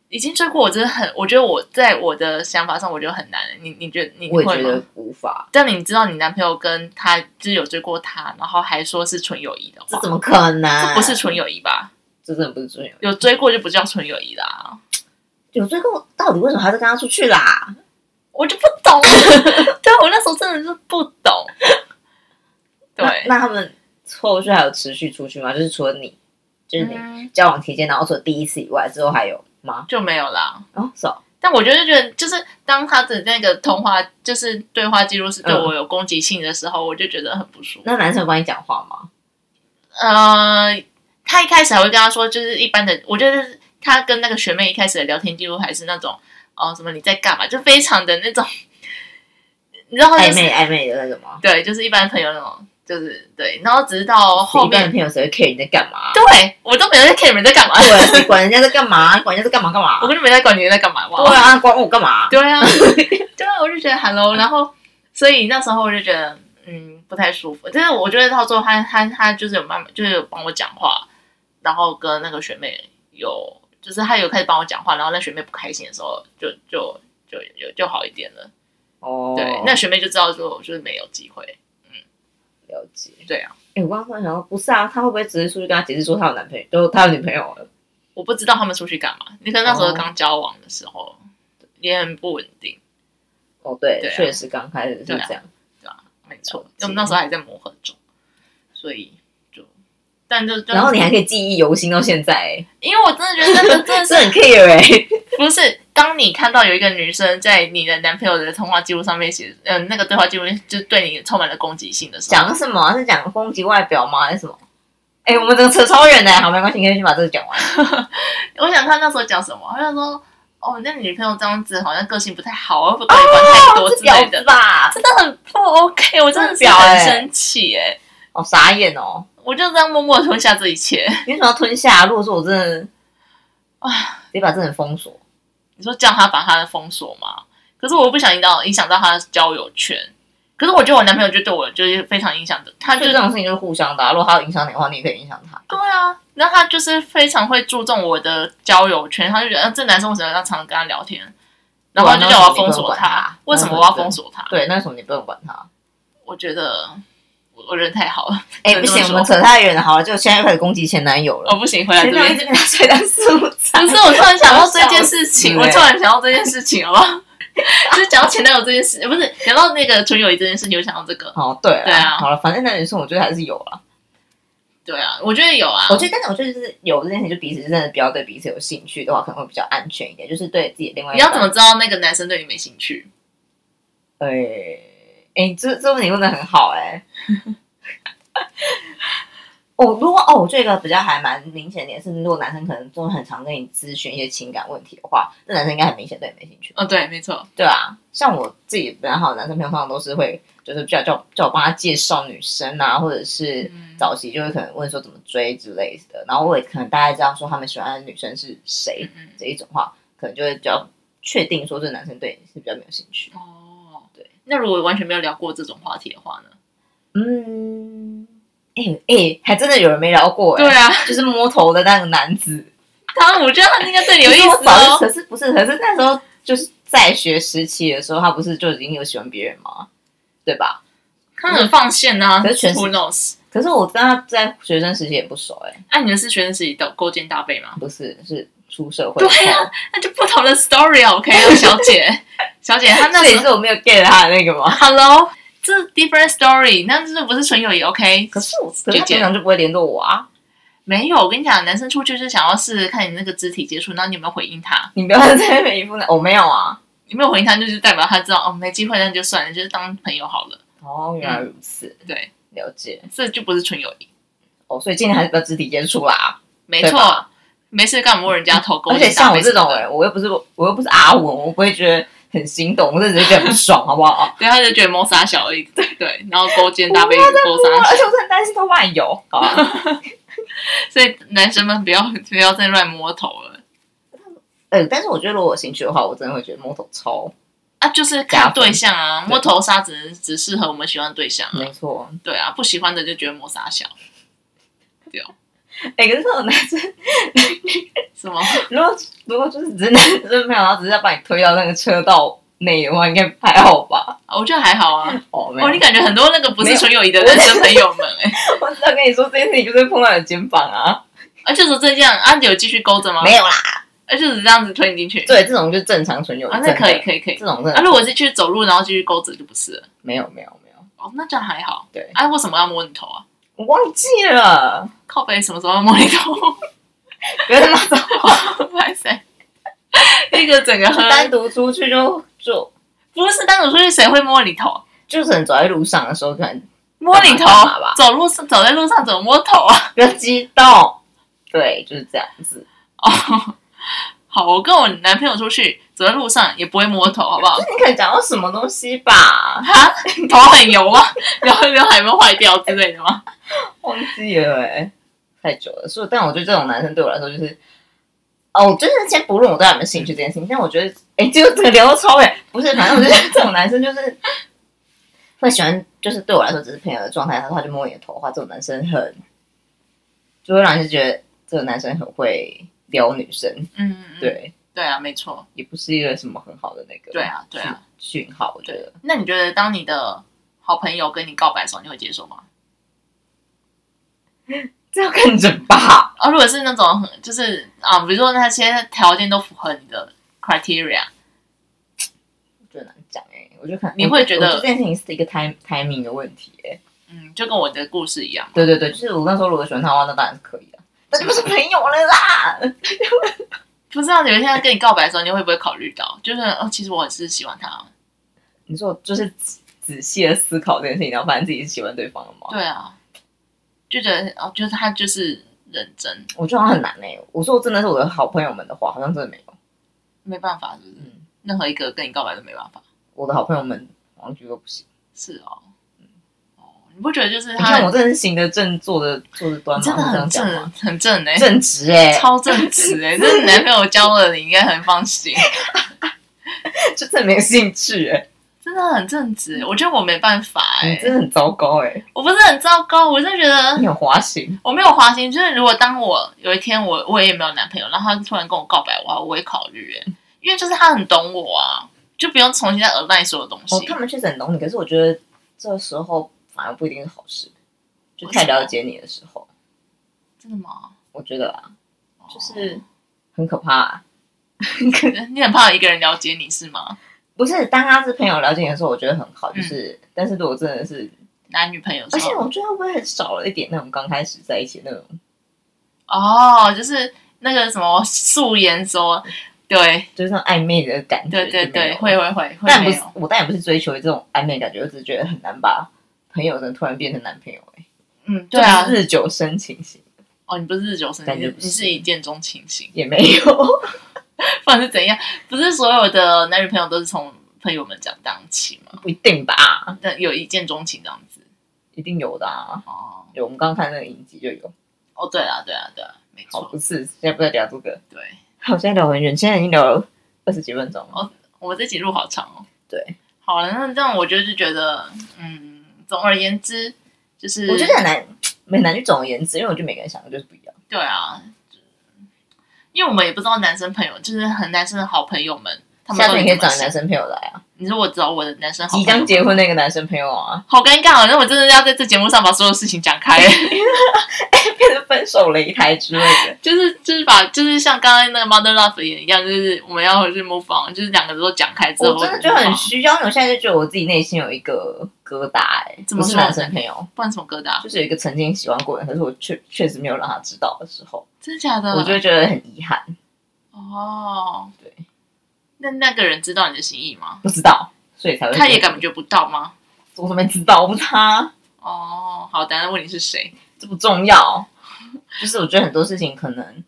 [SPEAKER 2] 已经追过我，真的很，我觉得我在我的想法上，我觉得很难。你你觉得你
[SPEAKER 1] 我
[SPEAKER 2] 会
[SPEAKER 1] 也觉
[SPEAKER 2] 吗？
[SPEAKER 1] 得无法，
[SPEAKER 2] 但你知道你男朋友跟他就是有追过他，然后还说是纯友谊的话，
[SPEAKER 1] 这怎么可能？
[SPEAKER 2] 这不是，纯友谊吧？
[SPEAKER 1] 这真的不是纯友谊。
[SPEAKER 2] 有追过就不叫纯友谊啦。
[SPEAKER 1] 有追过，到底为什么还是跟他出去啦？
[SPEAKER 2] 我就不懂， 对我那时候真的是不懂。 对，
[SPEAKER 1] 那那他们后续还有持续出去吗？就是除了你，就是你
[SPEAKER 2] 嗯
[SPEAKER 1] 交往期间，然后除了第一次以外，之后还有吗？
[SPEAKER 2] 就没有啦。
[SPEAKER 1] 哦，是哦，
[SPEAKER 2] 但我觉得，觉得就是当他的那个通话，就是对话记录是对
[SPEAKER 1] 嗯
[SPEAKER 2] 我有攻击性的时候，我就觉得很不舒服。
[SPEAKER 1] 那男生有帮你讲话吗？
[SPEAKER 2] 呃，他一开始还会跟他说，就是一般的，我觉得他跟那个学妹一开始的聊天记录还是那种，哦，什么你在干嘛，就非常的那种， 你知道哦他就
[SPEAKER 1] 暧
[SPEAKER 2] 是
[SPEAKER 1] 昧暧昧的那种吗？
[SPEAKER 2] 对，就是一般朋友那种，就是对，然后只是到后
[SPEAKER 1] 一般的
[SPEAKER 2] 面，
[SPEAKER 1] 朋友谁会 care 你在干嘛？
[SPEAKER 2] 对我都没有在 care 你们在干嘛，
[SPEAKER 1] 对啊，谁管人家在干嘛？管人家在干嘛干嘛
[SPEAKER 2] 我？根本没在管你们在干嘛，哇
[SPEAKER 1] 对啊，管我干嘛？
[SPEAKER 2] 对啊，对啊，我就觉得 hello，然后所以那时候我就觉得嗯不太舒服，但是我觉得到最后他他他就是有慢慢就是有帮我讲话，然后跟那个学妹有就是他有开始帮我讲话，然后那学妹不开心的时候就就就有就好一点了，
[SPEAKER 1] 哦，
[SPEAKER 2] 对，那学妹就知道说我就是没有机会，
[SPEAKER 1] 了解。
[SPEAKER 2] 对啊，
[SPEAKER 1] 哎、我刚刚突然想到，不是啊，他会不会直接出去跟他解释说他有男朋友，就他有女朋友了？
[SPEAKER 2] 我不知道他们出去干嘛，你可能那时候
[SPEAKER 1] 哦
[SPEAKER 2] 刚交往的时候也很不稳定，
[SPEAKER 1] 哦，对
[SPEAKER 2] 对，啊
[SPEAKER 1] 确、实刚开始是这
[SPEAKER 2] 对啊
[SPEAKER 1] 样。
[SPEAKER 2] 没错
[SPEAKER 1] 了，解
[SPEAKER 2] 因为我们那时候还在磨合中，所以就但就就
[SPEAKER 1] 然后你还可以记忆犹新到现在、欸，
[SPEAKER 2] 因为我真的觉得那个真
[SPEAKER 1] 这
[SPEAKER 2] 的 是
[SPEAKER 1] 很 care 哎、
[SPEAKER 2] 不是，当你看到有一个女生在你的男朋友的通话记录上面写，嗯、那个对话记录就对你充满了攻击性的时候，
[SPEAKER 1] 讲什么？是讲攻击外表吗？还是什么？哎、我们这个扯超远呢、好，没关系，你可以先把这个讲完。
[SPEAKER 2] 我想看那时候讲什么，好像说，哦，那你女朋友这样子好像个性不太好，会不可以管太 多之类
[SPEAKER 1] 婊
[SPEAKER 2] 的
[SPEAKER 1] 子，吧，
[SPEAKER 2] 真的很不 OK，我真的是
[SPEAKER 1] 真的
[SPEAKER 2] 很
[SPEAKER 1] 欸
[SPEAKER 2] 生气哎、
[SPEAKER 1] 好傻眼哦！
[SPEAKER 2] 我就这样默默地吞下这一切。
[SPEAKER 1] 你为什么要吞下？如果说我真的，
[SPEAKER 2] 唉
[SPEAKER 1] 啊，直接把这人封锁，
[SPEAKER 2] 你说叫他把他的封锁吗？可是我又不想影响影响到他的交友圈。可是我觉得我男朋友就对我就是非常影响的，他
[SPEAKER 1] 就
[SPEAKER 2] 就
[SPEAKER 1] 这种事情就是互相的、啊。如果他有影响你的话，你也可以影响他。
[SPEAKER 2] 对啊，然后他就是非常会注重我的交友圈，他就觉得、呃、这男生为什么要常常跟他聊天，
[SPEAKER 1] 啊
[SPEAKER 2] 然后他就叫我要封锁他，为
[SPEAKER 1] 对啊那为
[SPEAKER 2] 什
[SPEAKER 1] 什
[SPEAKER 2] 么
[SPEAKER 1] 么
[SPEAKER 2] 我要
[SPEAKER 1] 你不能
[SPEAKER 2] 封
[SPEAKER 1] 管他
[SPEAKER 2] 锁他？
[SPEAKER 1] 对，那为什么你不能管他？
[SPEAKER 2] 我觉得我我人太好了，
[SPEAKER 1] 哎、
[SPEAKER 2] 对
[SPEAKER 1] 不
[SPEAKER 2] 这
[SPEAKER 1] 行，
[SPEAKER 2] 么哦
[SPEAKER 1] 我
[SPEAKER 2] 说
[SPEAKER 1] 们扯太远了，好了，就现在又开始攻击前男友
[SPEAKER 2] 我、
[SPEAKER 1] 了。
[SPEAKER 2] 不行，回来这
[SPEAKER 1] 前男友一直被
[SPEAKER 2] 边。
[SPEAKER 1] 他吹当素材
[SPEAKER 2] 不，是，我突 然想到这件事情，
[SPEAKER 1] 我
[SPEAKER 2] 我
[SPEAKER 1] 笑死
[SPEAKER 2] 突然想到这件事情，好不好？ 就是讲到前男友这件事，不是讲到那个纯友谊这件事，你有想到这个？
[SPEAKER 1] 哦，对啦
[SPEAKER 2] 对啊
[SPEAKER 1] 好了，反正那女生我觉得还是有啦。
[SPEAKER 2] 对啊，我觉得有啊，
[SPEAKER 1] 我觉得，但是我觉得就是有这件事，就彼此真的不要对彼此有兴趣的话，可能会比较安全一点。就是对自己的另外一
[SPEAKER 2] 你要
[SPEAKER 1] 半
[SPEAKER 2] 怎么？知道那个男生对你没兴趣？
[SPEAKER 1] 哎、哎、这这问题问的很好哎、 哦，如果哦，我这个比较还蛮明显的点是，如果男生可能真的很常跟你咨询一些情感问题的话，这男生应该很明显对你没兴趣。
[SPEAKER 2] 哦，对，没错，
[SPEAKER 1] 对啊，像我自己比较好的男生朋友，通常都是会就是叫叫叫我帮他介绍女生啊，或者是
[SPEAKER 2] 嗯
[SPEAKER 1] 早期就会可能问说怎么追之类的，然后我也可能大概知道说他们喜欢的女生是谁
[SPEAKER 2] 嗯
[SPEAKER 1] 这一种话，可能就会比较确定说这男生对你是比较没有兴趣。
[SPEAKER 2] 哦，
[SPEAKER 1] 对。
[SPEAKER 2] 那如果完全没有聊过这种话题的话呢？
[SPEAKER 1] 嗯，哎、哎、还真的有人没聊过哎、
[SPEAKER 2] 对啊，
[SPEAKER 1] 就是摸头的那个男子，
[SPEAKER 2] 他我觉得他应该对 你有意
[SPEAKER 1] 可
[SPEAKER 2] 思
[SPEAKER 1] 是我早
[SPEAKER 2] 哦。
[SPEAKER 1] 就可是不是？可是那时候就是在学时期的时候，他不是就已经有喜欢别人吗？对吧？
[SPEAKER 2] 他很放线啊，
[SPEAKER 1] 可是全是
[SPEAKER 2] Who knows？
[SPEAKER 1] 可是我跟他在学生时期也不熟哎、
[SPEAKER 2] 哎、你们是学生时期的勾肩搭背吗？
[SPEAKER 1] 不是是出社会
[SPEAKER 2] 对
[SPEAKER 1] 后，
[SPEAKER 2] 啊，那就不同的 story 啊。OK，哦 小姐，小姐，她那
[SPEAKER 1] 这也
[SPEAKER 2] 时候
[SPEAKER 1] 是我没有 get 他的那个吗？
[SPEAKER 2] Hello，这是 different story，那这不是纯友谊？OK，
[SPEAKER 1] 可是我可是
[SPEAKER 2] 姐
[SPEAKER 1] 他
[SPEAKER 2] 姐
[SPEAKER 1] 平常就不会联络我啊，
[SPEAKER 2] 没有，我跟你讲，男生出去是想要试试看你那个肢体接触，那你有没有回应他？
[SPEAKER 1] 你不要在那边一副那我没有啊。
[SPEAKER 2] 你没有回应他，就是代表他知道哦，没机会，那就算了，就是当朋友好了。
[SPEAKER 1] 哦，原来如此，
[SPEAKER 2] 对，
[SPEAKER 1] 了解
[SPEAKER 2] 这就不是纯友谊，
[SPEAKER 1] 哦，所以尽量还是不要肢体接触啦。
[SPEAKER 2] 没
[SPEAKER 1] 对
[SPEAKER 2] 错。没事干嘛摸人家头？勾
[SPEAKER 1] 而且
[SPEAKER 2] 肩搭
[SPEAKER 1] 像
[SPEAKER 2] 背
[SPEAKER 1] 我这
[SPEAKER 2] 什么
[SPEAKER 1] 种
[SPEAKER 2] 的
[SPEAKER 1] 人，我又不是我又不是阿文，我不会觉得很心动，我就只是觉得很 爽，好不好？
[SPEAKER 2] 对，他就觉得谋杀小而已，对对，然后勾肩搭背
[SPEAKER 1] 不要再
[SPEAKER 2] 勾
[SPEAKER 1] 我
[SPEAKER 2] 杀
[SPEAKER 1] 而且
[SPEAKER 2] 小，
[SPEAKER 1] 我是很担心头发油， 好啊吧？
[SPEAKER 2] 所以男生们不要不要再乱摸头了
[SPEAKER 1] 呃，但是我觉得如果我有兴趣的话，我真的会觉得摸头超
[SPEAKER 2] 啊！就是
[SPEAKER 1] 加
[SPEAKER 2] 看
[SPEAKER 1] 分
[SPEAKER 2] 对象啊，
[SPEAKER 1] 对嗯
[SPEAKER 2] 摸头杀只能只适合我们喜欢的对象啊，
[SPEAKER 1] 没错，
[SPEAKER 2] 对啊，不喜欢的就觉得摸杀小，
[SPEAKER 1] 哎、可是 这种男生，
[SPEAKER 2] 什么？
[SPEAKER 1] 如果如果就是只是男生朋友，然后啊只是要把你推到那个车道内的话，应该还好吧？
[SPEAKER 2] 啊我觉得还好啊。
[SPEAKER 1] 哦，没有，
[SPEAKER 2] 哦，你感觉很多那个不
[SPEAKER 1] 没
[SPEAKER 2] 是
[SPEAKER 1] 有
[SPEAKER 2] 纯友谊的男生朋友们哎、
[SPEAKER 1] 我只要跟你说这件事情，就是碰到你的肩膀啊，
[SPEAKER 2] 而且说这样，啊，你有继续勾着吗？
[SPEAKER 1] 没有啦。
[SPEAKER 2] 而且只是这样子推你进去。
[SPEAKER 1] 对，这种就是正常纯友谊，
[SPEAKER 2] 啊，那可以
[SPEAKER 1] 真的，
[SPEAKER 2] 可以可以。
[SPEAKER 1] 这种真的、
[SPEAKER 2] 啊，如果是去走路然后继续勾着就不是了。
[SPEAKER 1] 没有没有没有，
[SPEAKER 2] 哦，那这样还好。
[SPEAKER 1] 对
[SPEAKER 2] 啊，为什么要摸你头啊？
[SPEAKER 1] 我忘记了，
[SPEAKER 2] 靠背什么时候要摸你头？
[SPEAKER 1] 不要再骂脏话，
[SPEAKER 2] 拍 谁？那个整个喝
[SPEAKER 1] 单独出去就就
[SPEAKER 2] 不是单独出去，谁会摸你头？
[SPEAKER 1] 就是可能走在路上的时候，突然
[SPEAKER 2] 摸你头
[SPEAKER 1] 干嘛吧？
[SPEAKER 2] 走路上走在路上怎么摸头啊？
[SPEAKER 1] 不要激动，对，就是这样子，
[SPEAKER 2] 哦，好，我跟我男朋友出去走在路上也不会摸头，好 不好？
[SPEAKER 1] 你可能讲到什么东西吧，
[SPEAKER 2] 啊， 头很油啊，然后刘海有没有坏掉之类的吗？
[SPEAKER 1] 忘记了、欸，太久了，所以但我觉得这种男生对我来说就是。哦，就是先不论我对他们兴趣这件事情，但我觉得，哎、就这个聊到超远，不是，反正我觉 得这种男生就是会喜欢，就是对我来说只是朋友的状态，他说他就摸你的头的话，这种男生很，就会让人觉得这种男生很会撩女生，
[SPEAKER 2] 嗯，嗯，嗯
[SPEAKER 1] 对，
[SPEAKER 2] 对啊，没错，
[SPEAKER 1] 也不是一个什么很好的那个
[SPEAKER 2] 对啊，对啊。
[SPEAKER 1] 讯讯号，我觉得
[SPEAKER 2] 那你觉得当你的好朋友跟你告白的时候，你会接受吗？
[SPEAKER 1] 这要看人吧，
[SPEAKER 2] 啊，如果是那种很就是啊，比如说那些条件都符合你的 criteria，
[SPEAKER 1] 我觉得难讲哎、我就看
[SPEAKER 2] 你会觉得
[SPEAKER 1] 我我这件事情是一个 time timing 的问题哎、
[SPEAKER 2] 嗯，就跟我的故事一样。
[SPEAKER 1] 对对对，就是我那时候如果喜欢他的话，那当然是可以的、啊那就不是朋友了啦。
[SPEAKER 2] 不知道有一天他跟你告白的时候，你会不会考虑到，就是哦，其实我是喜欢他。
[SPEAKER 1] 你说我就是仔仔细的思考这件事情，然后发现自己是喜欢对方了吗？
[SPEAKER 2] 对啊，就觉得哦，就是他就是认真，
[SPEAKER 1] 我觉得好像很难哎、我说真的是我的好朋友们的话，好像真的没有。
[SPEAKER 2] 没办法，是不是？
[SPEAKER 1] 嗯，
[SPEAKER 2] 任何一个跟你告白都没办法。
[SPEAKER 1] 我的好朋友们好像觉得不行。
[SPEAKER 2] 是哦，哦，你不觉得就是
[SPEAKER 1] 嗯你看
[SPEAKER 2] 他
[SPEAKER 1] 我真的是行得正，坐得坐得端吗？
[SPEAKER 2] 真的
[SPEAKER 1] 我这样
[SPEAKER 2] 很
[SPEAKER 1] 讲
[SPEAKER 2] 正
[SPEAKER 1] 吗，
[SPEAKER 2] 很正哎、
[SPEAKER 1] 正直哎、
[SPEAKER 2] 超正直哎、欸，这是你男朋友教了你，应该很放心。
[SPEAKER 1] 就真的没有兴趣哎、
[SPEAKER 2] 真的很正直欸，我觉得我没办法哎、
[SPEAKER 1] 你真的很糟糕哎、
[SPEAKER 2] 我不是很糟糕，我是觉得
[SPEAKER 1] 你很花心。
[SPEAKER 2] 我没有花心。就是如果当我有一天我我也没有男朋友，然后他突然跟我告白的话，我会考虑哎、因为就是他很懂我啊，就不用重新再 align 所有东
[SPEAKER 1] 哦，
[SPEAKER 2] 西。
[SPEAKER 1] 他们确实很懂你，可是我觉得这时候反而不一定是好事，就太了解你的时候，
[SPEAKER 2] 真的吗？
[SPEAKER 1] 我觉得啊，
[SPEAKER 2] 就
[SPEAKER 1] 就是很可怕、啊。
[SPEAKER 2] 你很怕一个人了解你是吗？
[SPEAKER 1] 不是，当他是朋友了解你的时候，我觉得很好，就是，
[SPEAKER 2] 嗯
[SPEAKER 1] 但是如果真的是，
[SPEAKER 2] 男女朋友的
[SPEAKER 1] 而
[SPEAKER 2] 时
[SPEAKER 1] 且
[SPEAKER 2] 候
[SPEAKER 1] 我觉得会不会很少了一点那种刚开始在一起的那种，
[SPEAKER 2] 哦，就是那个什么素颜说，对
[SPEAKER 1] 就是那种暧昧的感觉，
[SPEAKER 2] 对对
[SPEAKER 1] 就没
[SPEAKER 2] 对，
[SPEAKER 1] 有
[SPEAKER 2] 会。会会会
[SPEAKER 1] 但
[SPEAKER 2] 没
[SPEAKER 1] 不是
[SPEAKER 2] 有，
[SPEAKER 1] 我当然不是追求这种暧昧感觉，我只是觉得很难把朋友的突然变成男朋友、欸，
[SPEAKER 2] 嗯，对啊
[SPEAKER 1] 就，日久生情型
[SPEAKER 2] 哦，你不是日久生
[SPEAKER 1] 感觉
[SPEAKER 2] 情，
[SPEAKER 1] 不
[SPEAKER 2] 你是
[SPEAKER 1] 是
[SPEAKER 2] 一见钟情型。
[SPEAKER 1] 也没有，
[SPEAKER 2] 不管是怎样，不是所有的男女朋友都是从朋友们讲当起嘛？
[SPEAKER 1] 不一定吧，
[SPEAKER 2] 但有一见钟情这样子。
[SPEAKER 1] 一定有的啊。
[SPEAKER 2] 哦
[SPEAKER 1] 有，我们刚刚看那个影集就有。
[SPEAKER 2] 哦，对啦，对啦，对啦，没
[SPEAKER 1] 好，
[SPEAKER 2] 错，
[SPEAKER 1] 不是，现在不在聊这个，
[SPEAKER 2] 对。
[SPEAKER 1] 好，现在聊很远，现在已经聊了二十几分钟了。
[SPEAKER 2] 哦我们这集路好长哦。
[SPEAKER 1] 对，
[SPEAKER 2] 好了，那这样我就是觉得，嗯，总而言之，就是
[SPEAKER 1] 我觉得很难，很难去总而言之，因为我觉得每个人想的就是不一样。
[SPEAKER 2] 对啊，因为我们也不知道男生朋友，就是和男生的好朋友们，他们
[SPEAKER 1] 下
[SPEAKER 2] 到
[SPEAKER 1] 次
[SPEAKER 2] 底
[SPEAKER 1] 你可以
[SPEAKER 2] 怎
[SPEAKER 1] 找
[SPEAKER 2] 么
[SPEAKER 1] 你男
[SPEAKER 2] 想。
[SPEAKER 1] 生朋友来啊，
[SPEAKER 2] 你说我找我的男生好朋
[SPEAKER 1] 即
[SPEAKER 2] 友
[SPEAKER 1] 将结婚那个男生朋友啊，
[SPEAKER 2] 好尴尬哦，那我真的要在这节目上把所有事情讲开。
[SPEAKER 1] 变成分手擂台之类 的。
[SPEAKER 2] 就是就是把就是像刚刚那个 Mother Love 也一样，就是我们要回去 move on，就是两个都讲开之后，哦
[SPEAKER 1] 我真的就很需要，因为我现在就觉得我自己内心有一个疙瘩、哎，
[SPEAKER 2] 怎么
[SPEAKER 1] 不是
[SPEAKER 2] 说啊
[SPEAKER 1] 男生朋友，
[SPEAKER 2] 不然什么疙瘩？
[SPEAKER 1] 就是有一个曾经喜欢过的人，可是我确确实没有让他知道的时候，
[SPEAKER 2] 真的假的？
[SPEAKER 1] 我就会觉得很遗憾。
[SPEAKER 2] 哦，
[SPEAKER 1] 对。
[SPEAKER 2] 那那个人知道你的心意吗？
[SPEAKER 1] 不知道，所以才会
[SPEAKER 2] 他也
[SPEAKER 1] 觉得
[SPEAKER 2] 感觉不到吗？
[SPEAKER 1] 我怎么知道？我不是他，
[SPEAKER 2] 哦，好，等一下问你是谁。
[SPEAKER 1] 这不重要。 就是我觉得很多事情可能，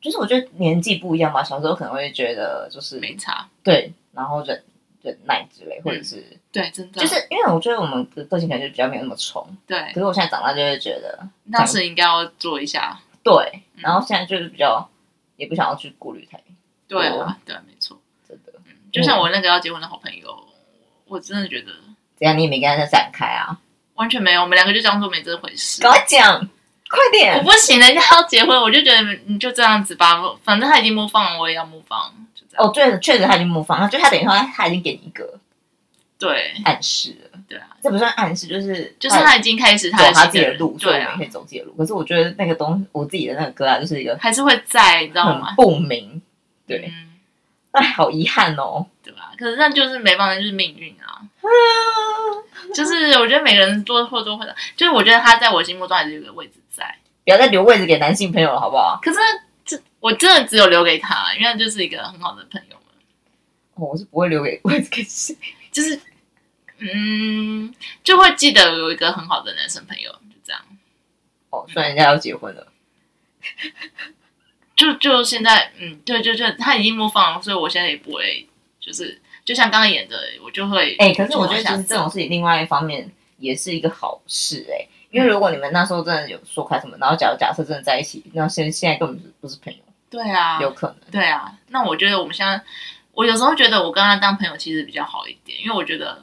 [SPEAKER 1] 就是我觉得年纪不一样吧，小时候可能会觉得就是
[SPEAKER 2] 没差，
[SPEAKER 1] 对，然后忍忍耐之类，或者是、
[SPEAKER 2] 嗯对，真的，
[SPEAKER 1] 就是因为我觉得我们的个性感觉比较没有那么冲，
[SPEAKER 2] 对
[SPEAKER 1] 可，是我现在长大就会觉得
[SPEAKER 2] 当时应该要做一下。
[SPEAKER 1] 对，
[SPEAKER 2] 嗯
[SPEAKER 1] 然后现在就是比较也不想要去顾虑太
[SPEAKER 2] 对
[SPEAKER 1] 对
[SPEAKER 2] 啊
[SPEAKER 1] 啊，
[SPEAKER 2] 对，没错。
[SPEAKER 1] 真的。
[SPEAKER 2] 嗯就像我那个要结婚的好朋友，我真的觉得
[SPEAKER 1] 怎样你也没跟他再展开啊？
[SPEAKER 2] 完全没有，我们两个就当做没这回事。
[SPEAKER 1] 赶快讲，快
[SPEAKER 2] 我
[SPEAKER 1] 点！
[SPEAKER 2] 不行，人家要结婚，我就觉得你就这样子吧，反正他已经模仿，我也要模仿，就这样。
[SPEAKER 1] 哦，对，确实他已经模仿，就他等于说他已经给你一个
[SPEAKER 2] 对
[SPEAKER 1] 暗示了，
[SPEAKER 2] 对啊，
[SPEAKER 1] 这不算暗示，就是
[SPEAKER 2] 就是他已经开始
[SPEAKER 1] 走
[SPEAKER 2] 的
[SPEAKER 1] 哦他
[SPEAKER 2] 新
[SPEAKER 1] 自己的
[SPEAKER 2] 人
[SPEAKER 1] 路，所以
[SPEAKER 2] 对
[SPEAKER 1] 我们也
[SPEAKER 2] 啊，
[SPEAKER 1] 可以走自己的路。可是我觉得那个东，我自己的那个歌啊，就是一个
[SPEAKER 2] 还是会在，你知道
[SPEAKER 1] 很
[SPEAKER 2] 吗？
[SPEAKER 1] 不明，嗯对，
[SPEAKER 2] 嗯，
[SPEAKER 1] 哎，好遗憾哦。
[SPEAKER 2] 对吧？可是那就是没办法，就是命运啊。就是我觉得每个人多或多或少，就是我觉得他在我心目中还是有个位置在。
[SPEAKER 1] 不要再留位置给男性朋友了，好不好？
[SPEAKER 2] 可是这我真的只有留给他，因为他就是一个很好的朋友嘛。
[SPEAKER 1] 哦我是不会留给位置给谁。
[SPEAKER 2] 就是嗯，就会记得有一个很好的男生朋友，就这样。
[SPEAKER 1] 哦，虽然人家要结婚了，
[SPEAKER 2] 就就现在，嗯，对，就就他已经模仿了，所以我现在也不会，就是就像刚刚演的，我就会
[SPEAKER 1] 哎、可是我觉得
[SPEAKER 2] 就
[SPEAKER 1] 其
[SPEAKER 2] 往
[SPEAKER 1] 实
[SPEAKER 2] 下
[SPEAKER 1] 这种事情，另外一方面也是一个好事哎、因为如果你们那时候真的有说开什么，然后假如假设真的在一起，那现现在根本不是朋友，
[SPEAKER 2] 对啊，
[SPEAKER 1] 有可能。
[SPEAKER 2] 对啊，那我觉得我们现在，我有时候觉得我跟他当朋友其实比较好一点，因为我觉得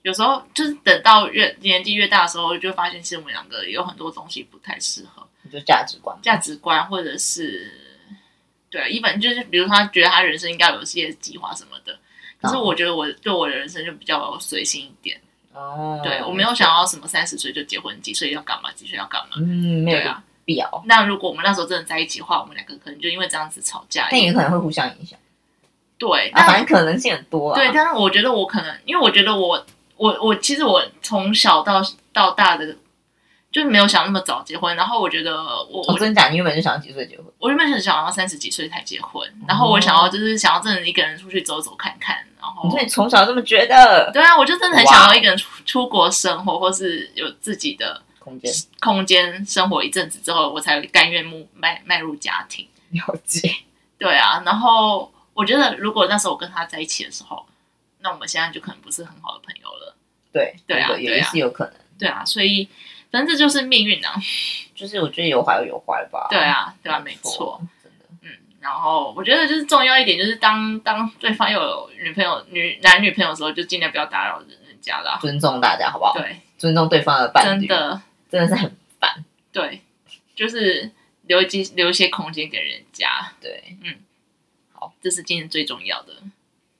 [SPEAKER 2] 有时候就是等到越年纪越大的时候，就发现其实我们两个有很多东西不太适合，
[SPEAKER 1] 就价值观，
[SPEAKER 2] 价值观或者是对啊，一本就是比如他觉得他人生应该有一些计划什么的，可是
[SPEAKER 1] 哦
[SPEAKER 2] 我觉得我对我的人生就比较随性一点，
[SPEAKER 1] 哦，
[SPEAKER 2] 对我没有想要什么三十岁就结婚，几岁要干嘛，几岁要干嘛，
[SPEAKER 1] 嗯，没有
[SPEAKER 2] 对啊。
[SPEAKER 1] 必要，
[SPEAKER 2] 那如果我们那时候真的在一起的话，我们两个可能就因为这样子吵架。
[SPEAKER 1] 但也可能会互相影响
[SPEAKER 2] 对，
[SPEAKER 1] 啊，
[SPEAKER 2] 那
[SPEAKER 1] 反正可能性很多啊。
[SPEAKER 2] 对，，但是我觉得我可能，因为我觉得我我我其实我从小到到大的就是没有想那么早结婚，然后我觉得我
[SPEAKER 1] 我
[SPEAKER 2] 我
[SPEAKER 1] 哦真假，你原本就想要几岁结婚，
[SPEAKER 2] 我原本是想要三十几岁才结婚，然后我想要就是想要真的一个人出去走走看看，然
[SPEAKER 1] 哦
[SPEAKER 2] 后
[SPEAKER 1] 你说你从小这么觉得？
[SPEAKER 2] 对啊，我就真的很
[SPEAKER 1] 哇哦
[SPEAKER 2] 想要一个人出出国生活，或是有自己的
[SPEAKER 1] 空间
[SPEAKER 2] 空间生活一阵子之后，我才甘愿迈迈迈入家庭。
[SPEAKER 1] 了解，
[SPEAKER 2] 对啊，然后我觉得如果那时候我跟他在一起的时候，那我们现在就可能不是很好的朋友了。
[SPEAKER 1] 对
[SPEAKER 2] 对啊
[SPEAKER 1] 那个
[SPEAKER 2] 对
[SPEAKER 1] 也
[SPEAKER 2] 啊
[SPEAKER 1] 是有可能，
[SPEAKER 2] 对啊，所以反正这就是命运啊。
[SPEAKER 1] 就是我觉得有坏有坏吧。
[SPEAKER 2] 对，啊，对啊，没错。，
[SPEAKER 1] 真的。
[SPEAKER 2] 嗯，然后我觉得就是重要一点，就是当当对方有女朋友、女男女朋友的时候，就尽量不要打扰人家啦。
[SPEAKER 1] 尊重大家好不好？
[SPEAKER 2] 对，
[SPEAKER 1] 尊重对方的伴
[SPEAKER 2] 真
[SPEAKER 1] 侣，
[SPEAKER 2] 的
[SPEAKER 1] 真的是很
[SPEAKER 2] 对，就是留一些留一些空间给人家，
[SPEAKER 1] 对。
[SPEAKER 2] 这是今天最重要的。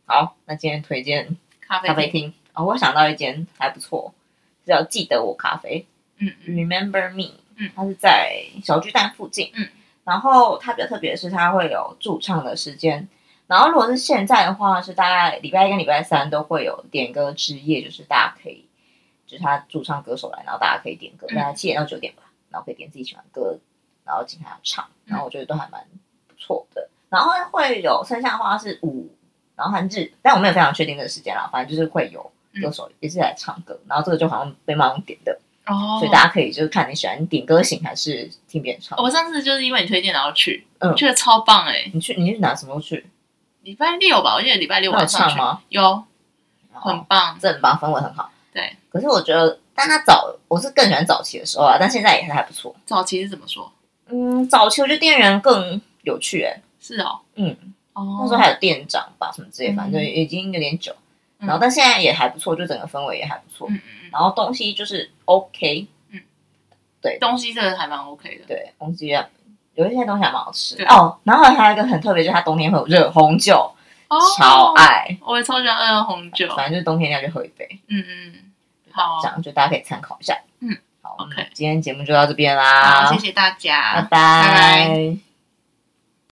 [SPEAKER 1] 好，那今天推荐
[SPEAKER 2] 咖啡
[SPEAKER 1] 咖啡
[SPEAKER 2] 厅，
[SPEAKER 1] 厅啊、哦，我想到一间还不错，叫记得我咖啡。
[SPEAKER 2] 嗯嗯
[SPEAKER 1] Remember Me，
[SPEAKER 2] 嗯
[SPEAKER 1] 它是在小巨蛋附近，
[SPEAKER 2] 嗯，
[SPEAKER 1] 然后它比较特别的是它会有驻唱的时间，然后如果是现在的话，是大概礼拜一跟礼拜三都会有点歌之夜，就是大家可以，就是他驻唱歌手来，然后大家可以点歌，
[SPEAKER 2] 嗯
[SPEAKER 1] 大概七点到九点吧，然后可以点自己喜欢的歌，然后请他唱，然后我觉得都还蛮不错的，嗯然后会有剩下的话是五，然后和日，但我没有非常确定这个时间啦，反正就是会有。歌
[SPEAKER 2] 嗯
[SPEAKER 1] 手也是来唱歌，然后这个就好像被妈妈点的，
[SPEAKER 2] 哦
[SPEAKER 1] 所以。大家可以就是看你喜欢点歌型还是听别人唱。
[SPEAKER 2] 我上次就是因为你推荐然后去，
[SPEAKER 1] 嗯
[SPEAKER 2] 觉得超棒哎！
[SPEAKER 1] 你去你是哪什么时候去？
[SPEAKER 2] 礼拜六吧，我记得礼拜六
[SPEAKER 1] 那有
[SPEAKER 2] 晚上
[SPEAKER 1] 唱
[SPEAKER 2] 去，
[SPEAKER 1] 吗？
[SPEAKER 2] 有很
[SPEAKER 1] 哦，
[SPEAKER 2] 棒。
[SPEAKER 1] 正吧，氛围很好。
[SPEAKER 2] 对，
[SPEAKER 1] 可是我觉得，但他早我是更喜欢早期的时候啊，但现在也还不错。
[SPEAKER 2] 早期是怎么说？
[SPEAKER 1] 嗯，早期我觉得店员更有趣哎、
[SPEAKER 2] 是哦，
[SPEAKER 1] 嗯，
[SPEAKER 2] 哦，
[SPEAKER 1] 那时候还有店长吧什么之类，
[SPEAKER 2] 嗯
[SPEAKER 1] 反正已经有点久。
[SPEAKER 2] 嗯
[SPEAKER 1] 然后但现在也还不错，就整个氛围也还不错。
[SPEAKER 2] 嗯嗯
[SPEAKER 1] 然后东西就是 OK，
[SPEAKER 2] 嗯，东西这个还蛮 OK 的。
[SPEAKER 1] 对，东西也有一些东西还蛮好吃
[SPEAKER 2] 对
[SPEAKER 1] 哦。然后还有一个很特别，就是它冬天会有热红酒，
[SPEAKER 2] 哦
[SPEAKER 1] 超，爱。
[SPEAKER 2] 我也超喜欢二红酒。
[SPEAKER 1] 反正就是冬天要去喝一杯。
[SPEAKER 2] 嗯嗯，好
[SPEAKER 1] 这样就大家可以参考一下。
[SPEAKER 2] 嗯，
[SPEAKER 1] 好
[SPEAKER 2] OK
[SPEAKER 1] 今天节目就到这边
[SPEAKER 2] 嗯
[SPEAKER 1] 啦，
[SPEAKER 2] 好，谢谢大家，
[SPEAKER 1] 拜拜
[SPEAKER 2] 拜